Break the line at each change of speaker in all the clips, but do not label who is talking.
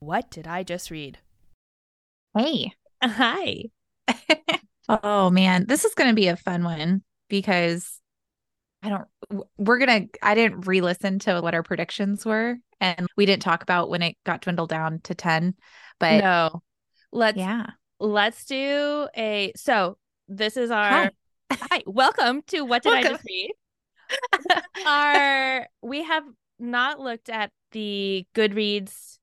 What did I just read?
Hey.
Hi.
Oh man, this is going to be a fun one because I don't w- we're going to I didn't re-listen to what our predictions were and we didn't talk about when it got dwindled down to 10, but
no. Let's
yeah.
let's do a so this is our hi. Welcome to What Did I
Welcome.
Just Read? our we have not looked at the Goodreads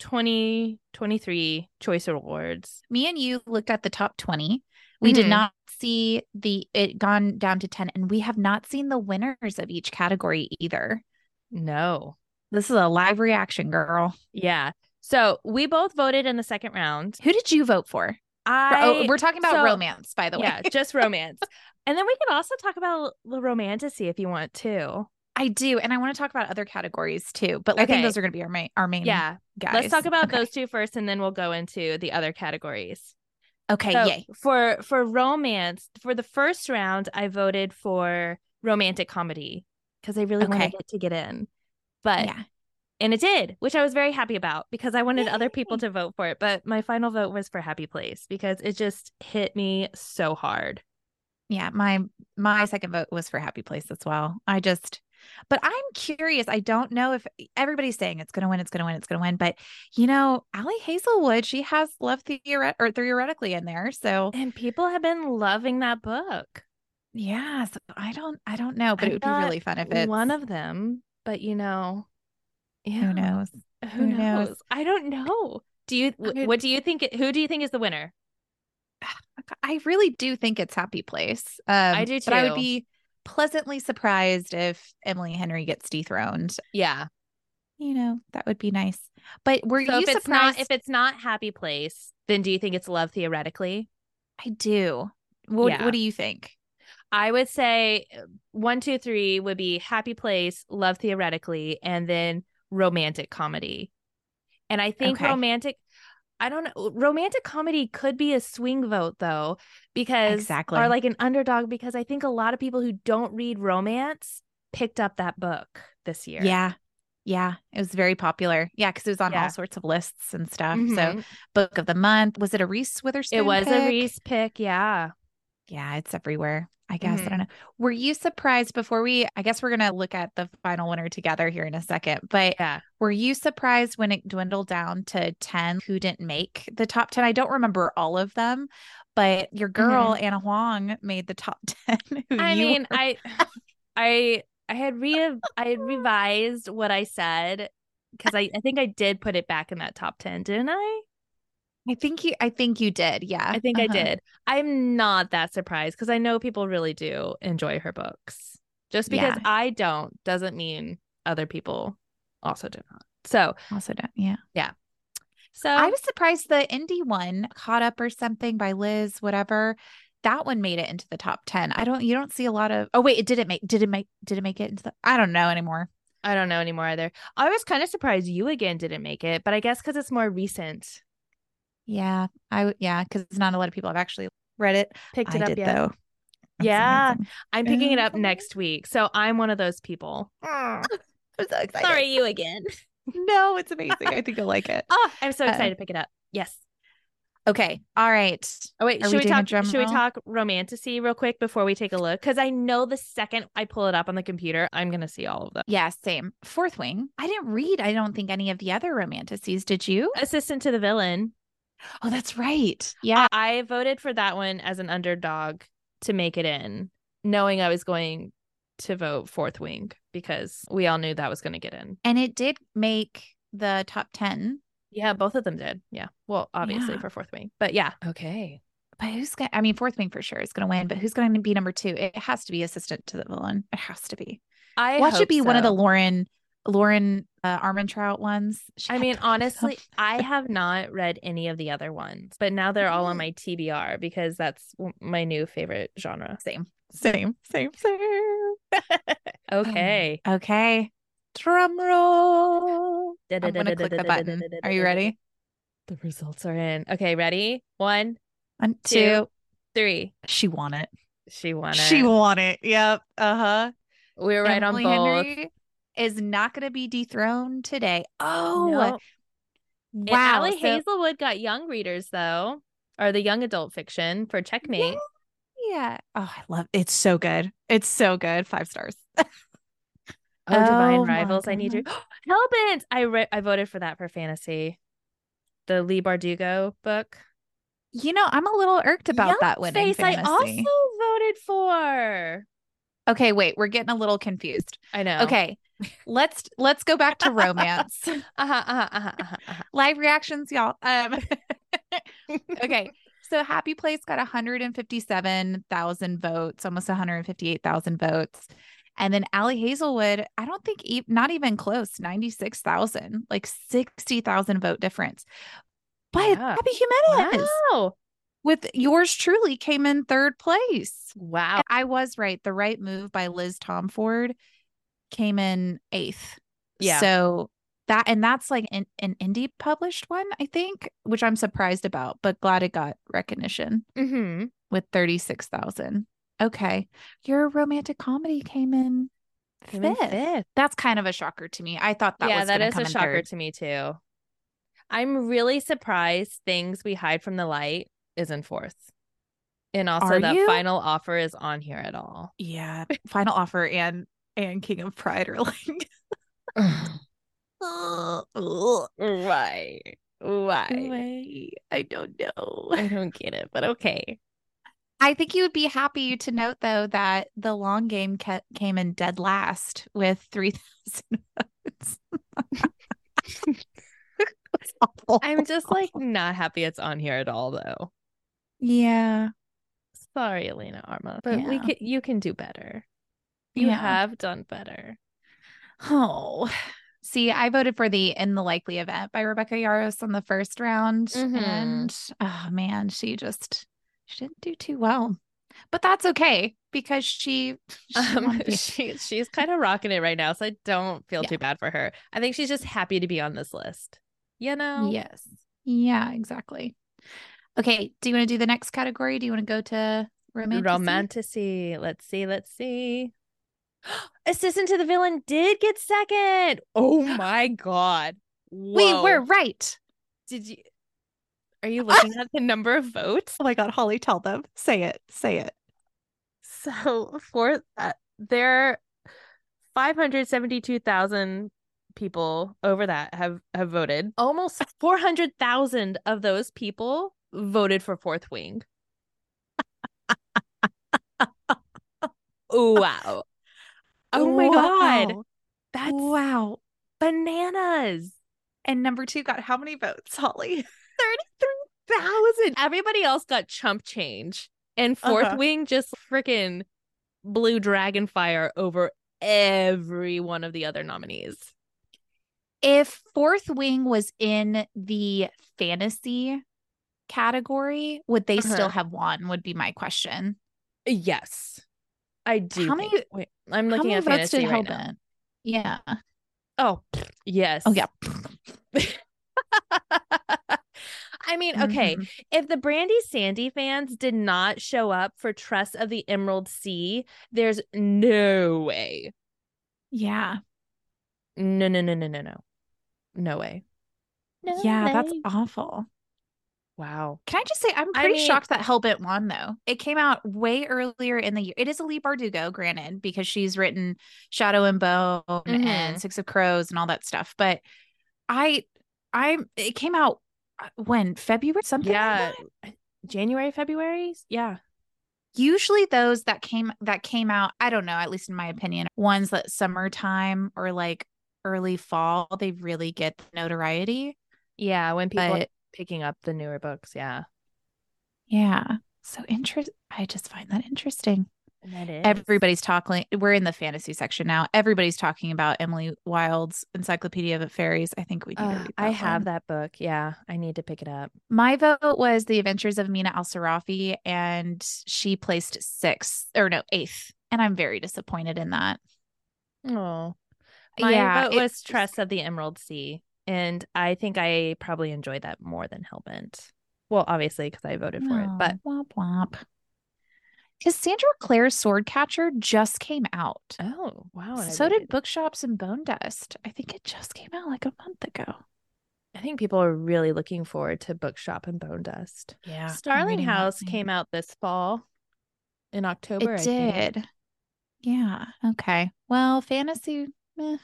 2023 Choice Awards.
Me and you looked at the top 20. We did
Mhm.
not see the it gone down to 10 and we have not seen the winners of each category either.
No.
This is a live reaction, girl.
Yeah. So we both voted in the second round.
Who did you vote for? For-
I
oh, we're talking about
so-
romance, by the way.
yeah, just romance. and then we can also talk about the romanticy if you want to.
I do, and I want to talk about other categories too. But I
Okay.
think those are going to be our main, our main.
Yeah.
guys.
Let's talk about
Okay.
those two first and then we'll go into the other categories.
Okay,
So,
yay.
For for romance, for the first round, I voted for romantic comedy because I really wanted
Okay.
it to get in. But
yeah,
and it did, which I was very happy about because I wanted other people to vote for it. But my final vote was for Happy Place because it just hit me so hard.
yeah. My my second vote was for Happy Place as well. I just, but I'm curious. I don't know if e, everybody's saying it's going to win. It's going to win. It's going to win. But you know, Allie Hazelwood, she has Love Theoret or theoretically in there. So
And people have been loving that book.
yeah, so I don't, I don't know, but
I
it would be
thought
really fun if it's
one of them, but you know, yeah,
who knows.
Who
who knows?
knows? I don't know. Do you? wh-
I-
What do you think? it- Who do you think is the winner?
I really do think it's Happy Place. Um, I
do
But I
too.
would be pleasantly surprised if Emily Henry gets dethroned.
Yeah.
You know, that would be nice. But were
So
you
if it's
surprised?
not if it's not Happy Place, then do you think it's Love theoretically?
I do. What
Yeah.
What do you think?
I would say uh, one, two, three would be Happy Place, Love theoretically, and then romantic comedy. And I think
Okay.
romantic. I don't know. Romantic comedy could be a swing vote though, because
Exactly.
or like an underdog. Because I think a lot of people who don't read romance picked up that book this year.
Yeah, yeah. It was very popular. Yeah, because it was on
Yeah.
all sorts of lists and stuff. So
Mhm.
book of the month was it a Reese Witherspoon?
it was a
pick?
Reese pick. Yeah.
Yeah, it's everywhere. I guess
Mhm.
I don't know. Were you surprised before we? I guess we're gonna look at the final winner together here in a second. But
Yeah.
Were you surprised when it dwindled down to 10 who didn't make the top 10? I don't remember all of them, but your girl, Anna Huang, made the top 10. who
Mm-hmm. I
you
mean,
were-
I, I, I had re, I had revised what I said because I, I think I did put it back in that top ten, didn't I?
I think you, I think you did. Yeah.
I think
Uh-huh.
I did. I'm not that surprised because I know people really do enjoy her books. Just because
Yeah.
I don't doesn't mean other people also do not. So,
Also, don't, yeah.
so
I was surprised the indie one, Caught Up or something by Liz, whatever. That one made it into the top 10. I don't, you don't see a lot of, oh, wait, it didn't make, did it make, did it make it into the, I don't know anymore.
I don't know anymore either. I was kind of surprised you again didn't make it, but I guess because it's more recent.
Yeah. I, w- yeah, because not a lot of people have actually read it.
Picked
I
it up
did
yet?
though. That's
Yeah.
amazing.
I'm picking it up
Okay.
next week. So I'm one of those people.
Oh, I'm so excited.
Sorry, you again.
No, it's amazing. I think you'll like it.
Oh, I'm so
Uh,
excited to pick it up. Yes.
Okay. All right.
Oh wait,
Are
should
we
we,
doing a
talk
drum
should we
roll?
talk romanticy real quick before we take a look? Because I know the second I pull it up on the computer, I'm gonna see all of them.
Yeah, same. Fourth Wing. I didn't read, I don't think, any of the other romanticides. Did you?
Assistant to the villain.
Oh, that's right. Yeah.
I voted for that one as an underdog to make it in, knowing I was going to vote fourth wing because we all knew that was gonna get in.
And it did make the top 10.
Yeah, both of them did. Yeah. Well, obviously
Yeah.
for fourth wing. But yeah. Okay.
But who's going to, I mean, Fourth Wing for sure is going to win, but who's going to be number two? It has to be Assistant to the Villain. It has to be.
I
What
hope
should be one of the
so.
Lauren, Lauren uh, Armentrout ones? She
I
had
mean,
to be
honestly,
some-
I have not read any of the other ones, but now they're all on my
Mm-hmm.
TBR because that's w- my new favorite genre.
same, same, same, same. Oh,
Okay.
Okay. Drum roll. I'm gonna click the button. Are you ready?
The results are in. Okay, ready? One,
One, two.
Two. three.
She won it.
She won it.
She won it. Yep. Uh huh.
We were right on both.
is not going to be dethroned today. Oh,
No. And
wow.
Allie
So-
Hazelwood got young readers though, or the young adult fiction for Checkmate.
Yeah. Oh, I love it's so good. It's so good. Five stars.
Oh, Divine
Oh my
Rivals! I need you. Hellbent. I re- I voted for that for fantasy. The Lee Bardugo book.
You know, I'm a little irked about
Yellow
that winning
Face. I
fantasy.
also voted for.
Okay, wait, we're getting a little confused.
I know.
Okay. Let's let's go back to romance.
Uh-huh, uh-huh, uh-huh, uh-huh, uh-huh.
Live reactions, y'all. Um Okay. So Happy Place got 157,000 votes, almost 158,000 votes. And then Allie Hazelwood, I don't think e- not even close, 96,000, like 60,000 vote difference. But
Yeah.
Happy Jimenez
Wow.
with yours truly came in third place.
Wow.
I was right. The right move by Liz Tomford came in eighth.
Yeah.
So that and that's like an, an indie published one, I think, which I'm surprised about, but glad it got recognition
Mm-hmm.
with thirty six thousand. Okay, your romantic comedy came in
Came in
fifth.
fifth.
That's kind of a shocker to me. I thought that
yeah,
was
that
gonna
is
come
a
in
shocker
third.
to me too. I'm really surprised things we hide from the light is in fourth. And also
Are
the
you?
final offer is on here at all.
Yeah, Final Offer and and King of Pride are like. ugh, ugh.
Why? Why?
Why? I don't know.
I don't get it, but okay.
I think you would be happy to note, though, that the long game ca- came in dead last with 3,000 votes. It's awful.
I'm just like not happy it's on here at all though.
yeah.
Sorry, Elena Arma, but we
Yeah.
can you can do better. You
Yeah.
have done better.
Oh. See, I voted for the In the Likely Event by Rebecca Yaros on the first round.
Mhm.
And oh man, she just she didn't do too well. But that's okay because she, she
Um,
won the-
she she's kind of rocking it right now, so I don't feel
Yeah.
too bad for her. I think she's just happy to be on this list. You know?
Yes. Yeah, exactly. Okay. Do you want to do the next category? Do you want to go to romantic?
Romanticy. Let's see. Let's see. Assistant to the villain did get second. Oh my god.
We
Whoa.
were right.
Did you? Are you looking at the number of votes?
Oh my God, Holly, tell them. Say it. Say it.
So for uh, there, five hundred seventy-two thousand people over that have have voted. Almost four hundred thousand of those people voted for Fourth Wing. wow! Oh my god,
Wow.
that's
wow.
bananas!
And number two got how many votes, Holly?
Thirty-three thousand. Everybody else got chump change, and 4th
Uh-huh.
Wing just freaking blew dragon fire over every one of the other nominees.
If Fourth Wing was in the fantasy category, would they
Uh-huh.
still have won? Would be my question.
Yes, I do.
How
think-
many-
Wait, I'm
how
looking
many
at
votes
fantasy
did
right now.
Hellbent? Yeah.
Oh, yes.
Oh yeah.
I mean, okay.
Mhm.
If the Brandy Sandy fans did not show up for Trust of the Emerald Sea, there's no way.
Yeah.
No, no, no, no, no, no. No way. No
Yeah. That's
way.
awful.
wow.
Can I just say I'm
I
pretty
mean-
shocked that Hellbent won though. It came out way earlier in the year. It is a Lee Bardugo, granted, because she's written Shadow and Bone
Mhm.
and Six of Crows and all that stuff. But I, I, it came out uh, when February something. like
Yeah.
that?
January, February? Yeah.
Usually those that came that came out, I don't know, at least in my opinion, ones that summertime or like early fall, they really get the notoriety.
Yeah. When people are
But
picking up the newer books. Yeah.
yeah, so interest. I just find that interesting.
That is.
everybody's talking we're in the fantasy section now everybody's talking about emily wilde's encyclopedia of fairies i think we need to
Ugh,
read
I have
one.
that book. Yeah. I need to pick it up.
my vote was the adventures of mina al-sarafi and she placed sixth or no eighth and i'm very disappointed in that
Oh. My
yeah
vote
it-
was Trust of the Emerald Sea. and I think I probably enjoyed that more than Hellbent. Well, obviously because I voted for it, but
womp womp. Cassandra Clare's Swordcatcher just came out.
oh wow, and I
so
voted-
did Bookshops and Bone Dust. I think it just came out like a month ago.
I think people are really looking forward to Bookshop and Bone Dust.
Yeah,
Starling House came out this fall in October.
It
I think.
did. Yeah. Okay. Well, fantasy, meh,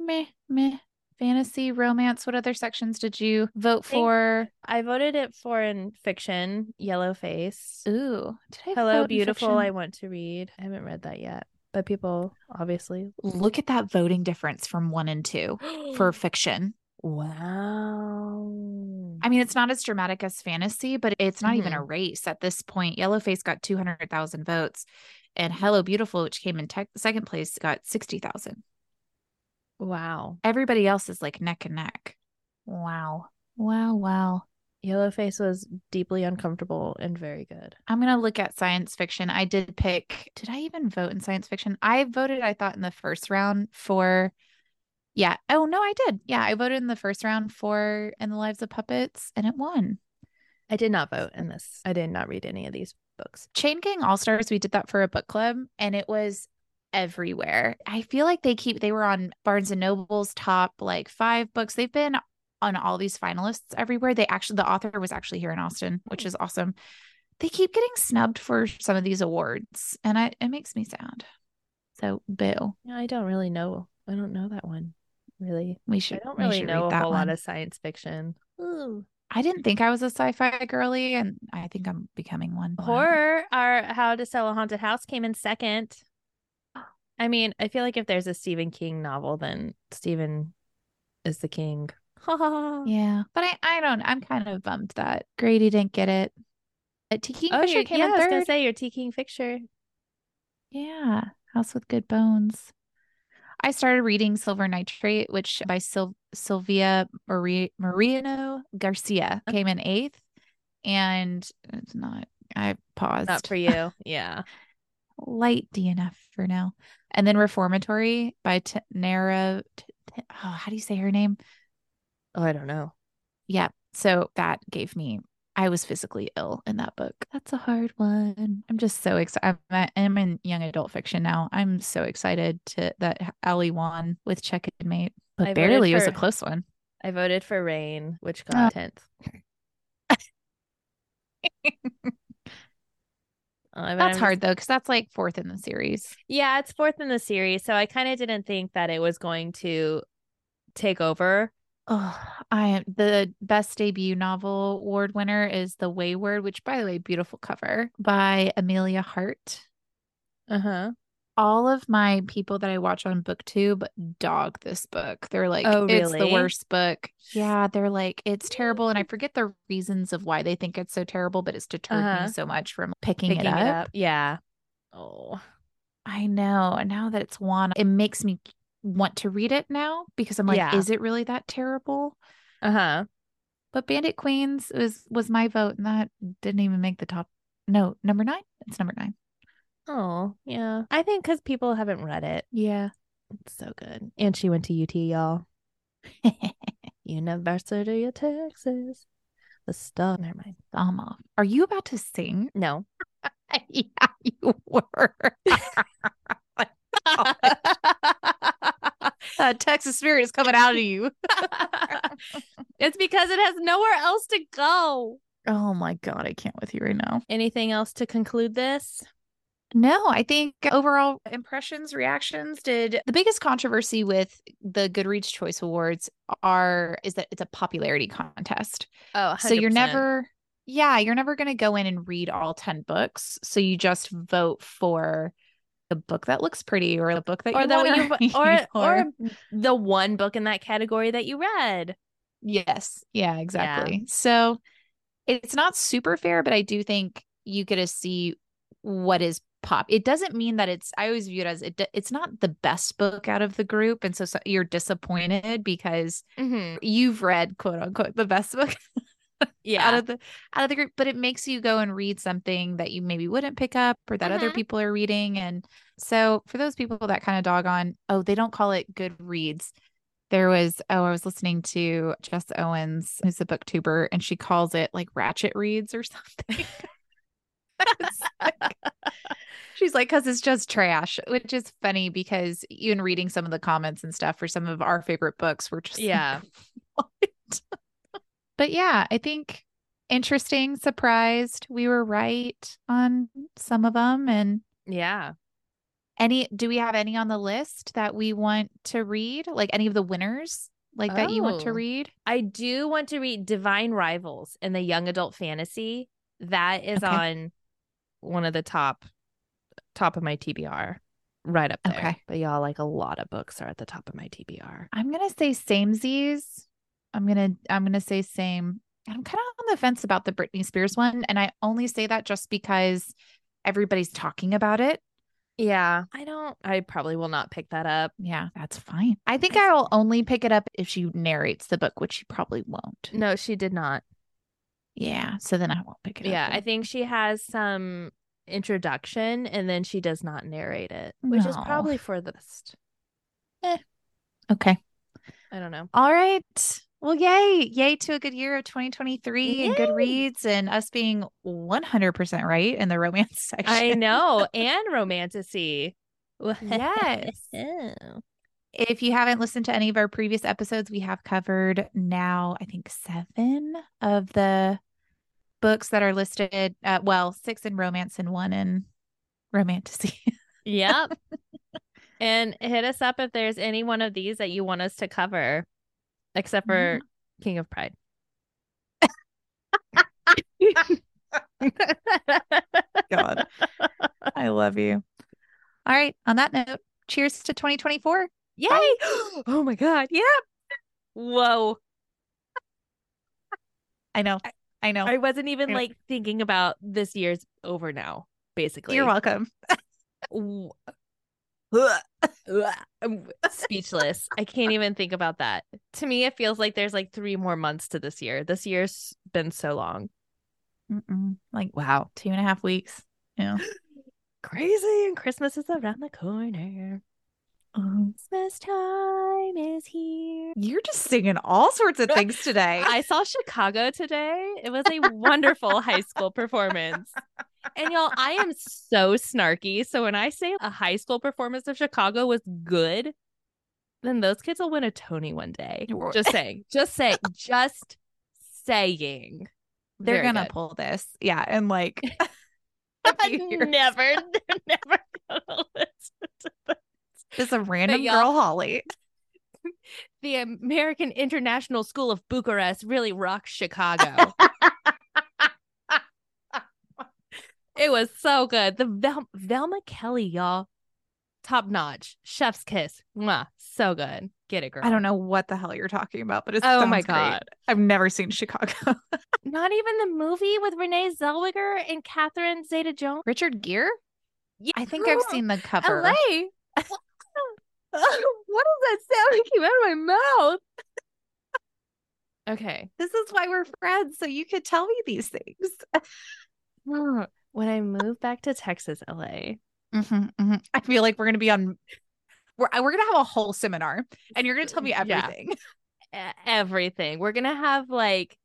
meh, meh. Fantasy, romance. What other sections did you vote
think-
for?
I voted it for in fiction, Yellow Face.
Ooh, did I vote
Hello,
in
Beautiful.
fiction?
I want to read. I haven't read that yet, but people obviously
Look at that voting difference from one and two for fiction.
wow.
I mean, it's not as dramatic as fantasy, but it's not even a race at this point. Yellowface got 200,000 votes, and Hello Beautiful, which came in tech second place, got 60,000.
wow.
Everybody else is like neck and neck. Wow. Wow. Wow.
Yellow Face was deeply uncomfortable and very good.
I'm going to look at science fiction. I did pick, did I even vote in science fiction? I voted, I thought, in the first round for, yeah. Oh, no, I did. Yeah. I voted in the first round for In the Lives of Puppets, and it won.
I did not vote in this. I did not read any of these books.
Chain Gang All Stars, we did that for a book club and it was everywhere. I feel like they keep they were on Barnes and Noble's top like 5 books. They've been on all these finalists everywhere. They actually the author was actually here in Austin, which is awesome. They keep getting snubbed for some of these awards and I it makes me sad. So boo.
Yeah, I don't really know. I don't know that one. Really.
We should
I don't
we
really
should
know
read
a
that
whole
one.
lot of science fiction. Ooh.
I didn't think I was a sci-fi girly and I think I'm becoming one. Wow.
Horror, our How to Sell a Haunted House came in second. I mean, I feel like if there's a Stephen King novel, then Stephen is the king. yeah.
Yeah, but I, I don't. I'm kind of bummed that Grady didn't get it. But Tiki
Oh,
Fisher
you
came
yeah,
in
I was gonna
third.
say your T King picture.
yeah, House with Good Bones. I started reading Silver Nitrate, which by Sil- Sylvia Marie Mariano Garcia came in eighth, and it's not. I paused.
Not for you. Yeah.
Light D enough for now, and then Reformatory by T- Nara. T- T- oh, how do you say her name?
Oh, I don't know.
Yeah. So that gave me, I was physically ill in that book. That's a hard one. I'm just so excited. I'm, I'm in young adult fiction now. I'm so excited to that Ali won with Check and Mate, but
I voted
barely. It was a
for-
close one.
I voted for Rain, which
Oh.
got tenth.
That's hard though, because that's like fourth in the series.
Uh, Yeah, it's fourth in the series, so I kind of didn't think that it was going to take over.
Oh, I am the best debut novel award winner is The Wayward, which by the way, beautiful cover by Amelia Hart.
Uh
Uh-huh.
huh.
all of my people that I watch on BookTube dog this book. They're like,
Oh,
it's the
really?
worst book. Yeah, they're like, it's terrible. And I forget the reasons of why they think it's so terrible, but it's deterred
Uh-huh.
me so much from picking,
Picking
it, up.
Yeah. Oh.
I know. And now that it's one, it makes me want to read it now because I'm like,
Yeah.
is it really that terrible?
Uh
Uh-huh.
huh.
But Bandit Queens was was my vote, and that didn't even make the top. No, number nine. It's number nine.
Oh, yeah. I think because people haven't read it.
Yeah.
It's so good. And she went to UT, y'all. University of Texas. The stuff. Never mind.
Thumb off. Are you about to sing?
No.
Yeah, you were. that Texas spirit is coming out of you.
it's because it has nowhere else to go.
Oh my God, I can't with you right now.
Anything else to conclude this?
No, I think overall impressions, reactions did the biggest controversy with the Goodreads Choice Awards are is that it's a popularity contest.
Oh,
So you're
100%.
never, yeah, you're never going to go in and read all 10 books. So you just vote for the book that looks pretty or the book that
or
you
the
wanna
one you or,
read,
or the one book in that category that you read.
Yes. Yeah, exactly. So it's not super fair, but I do think you get to see what is pop. It doesn't mean that it's I always view it as it do- it's not the best book out of the group and so, so you're disappointed because you've read quote unquote the best book
Yeah.
out of the out of the group, but it makes you go and read something that you maybe wouldn't pick up or that other
Mhm.
people are reading and so for those people that kind of dog on, oh, they don't call it Goodreads. There was, oh, I was listening to Jess Owens, who's a booktuber, and she calls it like Ratchet Reads or something. It's like- She's like, because it's just trash, which is funny because even reading some of the comments and stuff for some of our favorite books, we're just like,
Yeah.
what? but yeah, I think interesting, surprised. We were right on some of them. And
Yeah.
any, do we have any on the list that we want to read? Like any of the winners, like that you want to
Oh.
read?
I do want to read Divine Rivals in the young adult fantasy. That is
Okay.
on one of the top top of my TBR. Right up there.
Okay.
But y'all like a lot of books are at the top of my TBR.
I'm gonna say samesies. I'm gonna I'm gonna say same. I'm kind of on the fence about the Britney Spears one, and I only say that just because everybody's talking about it.
Yeah. I don't I probably will not pick that up.
Yeah, that's fine. I think I'll only pick it up if she narrates the book, which she probably won't.
No, she did not.
Yeah, so then I won't pick it
Yeah,
up.
I think she has some introduction and then she does not narrate it, which is
No.
probably for the best.
Okay.
I don't know.
All right. Well, yay. Yay to a good year of 2023 and
Yay.
good reads and us being 100% right in the romance section.
I know. and romanticy.
Yes. If you haven't listened to any of our previous episodes, we have covered now, I think, seven of the books that are listed. Uh, well, six in romance and one in romanticy.
Yep. and hit us up if there's any one of these that you want us to cover, except for King of Pride.
God, I love you. All right. On that note, cheers to 2024.
Yay! oh my God. Yep. Whoa.
I know. I know.
I wasn't even
Yeah.
like thinking about this year's over now, basically.
You're welcome.
w- I'm speechless. I can't even think about that. To me, it feels like there's like three more months to this year. This year's been so long.
Mm-mm. Like, wow, two and a half weeks. Yeah.
Crazy. And Christmas is around the corner. Christmas time is here.
You're just singing all sorts of things today.
I saw Chicago today. It was a wonderful high school performance. And y'all, I am so snarky. So when I say a high school performance of Chicago was good, then those kids will win a Tony one day.
You're-
Just saying. Just say. Just saying.
They're
Very
gonna
good.
pull this. Yeah. And like a few years.
never, they're never gonna listen to the,
just a random
y'all-
girl Holly.
the American International School of Bucharest. Really rocks Chicago. it was so good. The Vel- Velma Kelly, y'all, top notch, chef's kiss. Mwah. So good. Get it, girl.
I don't know what the hell you're talking about, but it's
Oh my
great.
god!
I've never seen Chicago.
Not even the movie with Renee Zellweger and Catherine Zeta-Jones.
Richard Gere?
Yeah,
I think I've seen the cover.
LA. what does that sound that came out of my mouth? Okay.
This is why we're friends, so you could tell me these things. Mm-hmm,
When I move back to Texas, LA.
Mhm, mhm. I feel like we're gonna be on. We're we're gonna have a whole seminar, and you're gonna tell me
Yeah.
everything.
e- everything. We're gonna have like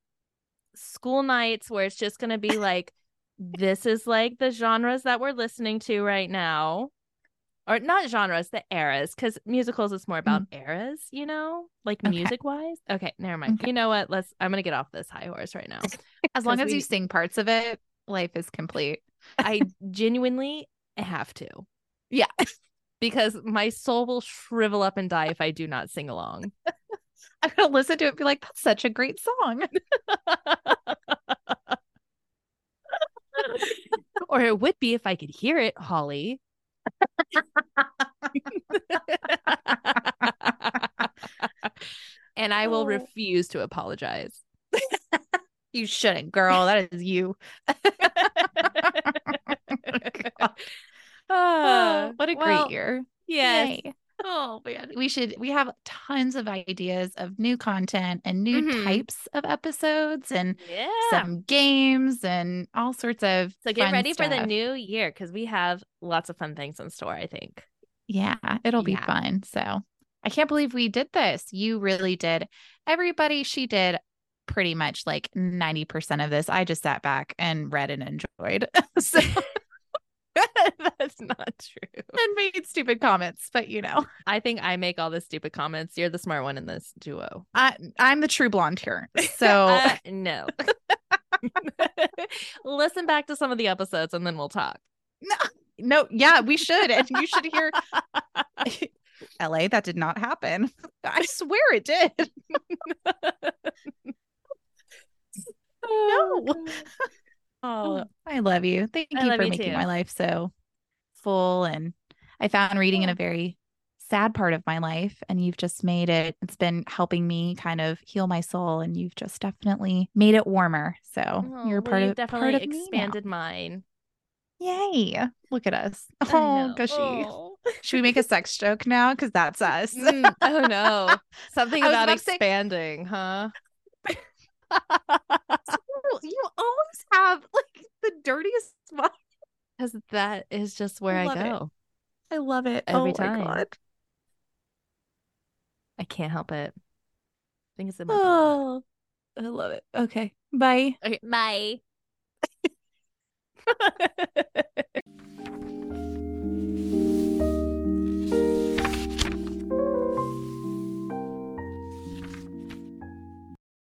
school nights where it's just gonna be like, this is like the genres that we're listening to right now, or not genres, the eras, because musicals is more about eras, you know, like
Mm. Okay.
music wise. Okay, never mind.
Okay.
You know what? Let's. I'm gonna get off this high horse right now.
As long
'Cause
as you
we-
sing parts of it, life is complete.
I genuinely have to.
Yeah.
Because my soul will shrivel up and die if I do not sing along.
I'm gonna listen to it and be like, that's such a great song.
or it would be if I could hear it, Holly. and I will
Oh.
refuse to apologize.
You shouldn't, girl. That is you.
Ah,
what a
well,
great year.
Yes.
Yay. Oh man. We should we have tons of ideas of new content and new
Mhm.
types of episodes and
Yeah.
some games and all sorts of
so get
fun
ready for the
stuff.
new year because we have lots of fun things in store, I think.
Yeah, it'll be
Yeah.
fun. So I can't believe we did this. You really did. Everybody, she did pretty much like 90% of this. I just sat back and read and enjoyed. so,
That's not true.
and made stupid comments, but you know,
I think I make all the stupid comments. You're the smart one in this duo.
I, I'm the true blonde here. So,
Uh, no. Listen back to some of the episodes and then we'll talk.
no, yeah, we should. And you should hear LA, that did not happen. I swear it did.
Oh,
No.
God. Oh,
I love you. Thank
I
you
love
for
you
making
too.
my life so full. And I found reading in a
Yeah.
very sad part of my life, and you've just made it, it's been helping me kind of heal my soul, and you've just definitely made it warmer. So
oh,
you're
well,
part
you
of,
definitely
part of me now.
expanded mine.
Yay. Look at us.
I
Oh,
know.
gushy.
Oh.
Should we make a sex joke now? Because that's us.
Mm, oh no. Something
I was
about,
about to say-
expanding, huh?
You- you always have like the dirtiest smile.
Because that is just where I
Love it.
go.
I love it
Every
oh
time.
My God.
I can't help it. I think it's in my blood.
Oh, I love it. Okay. Bye.
Okay. Bye.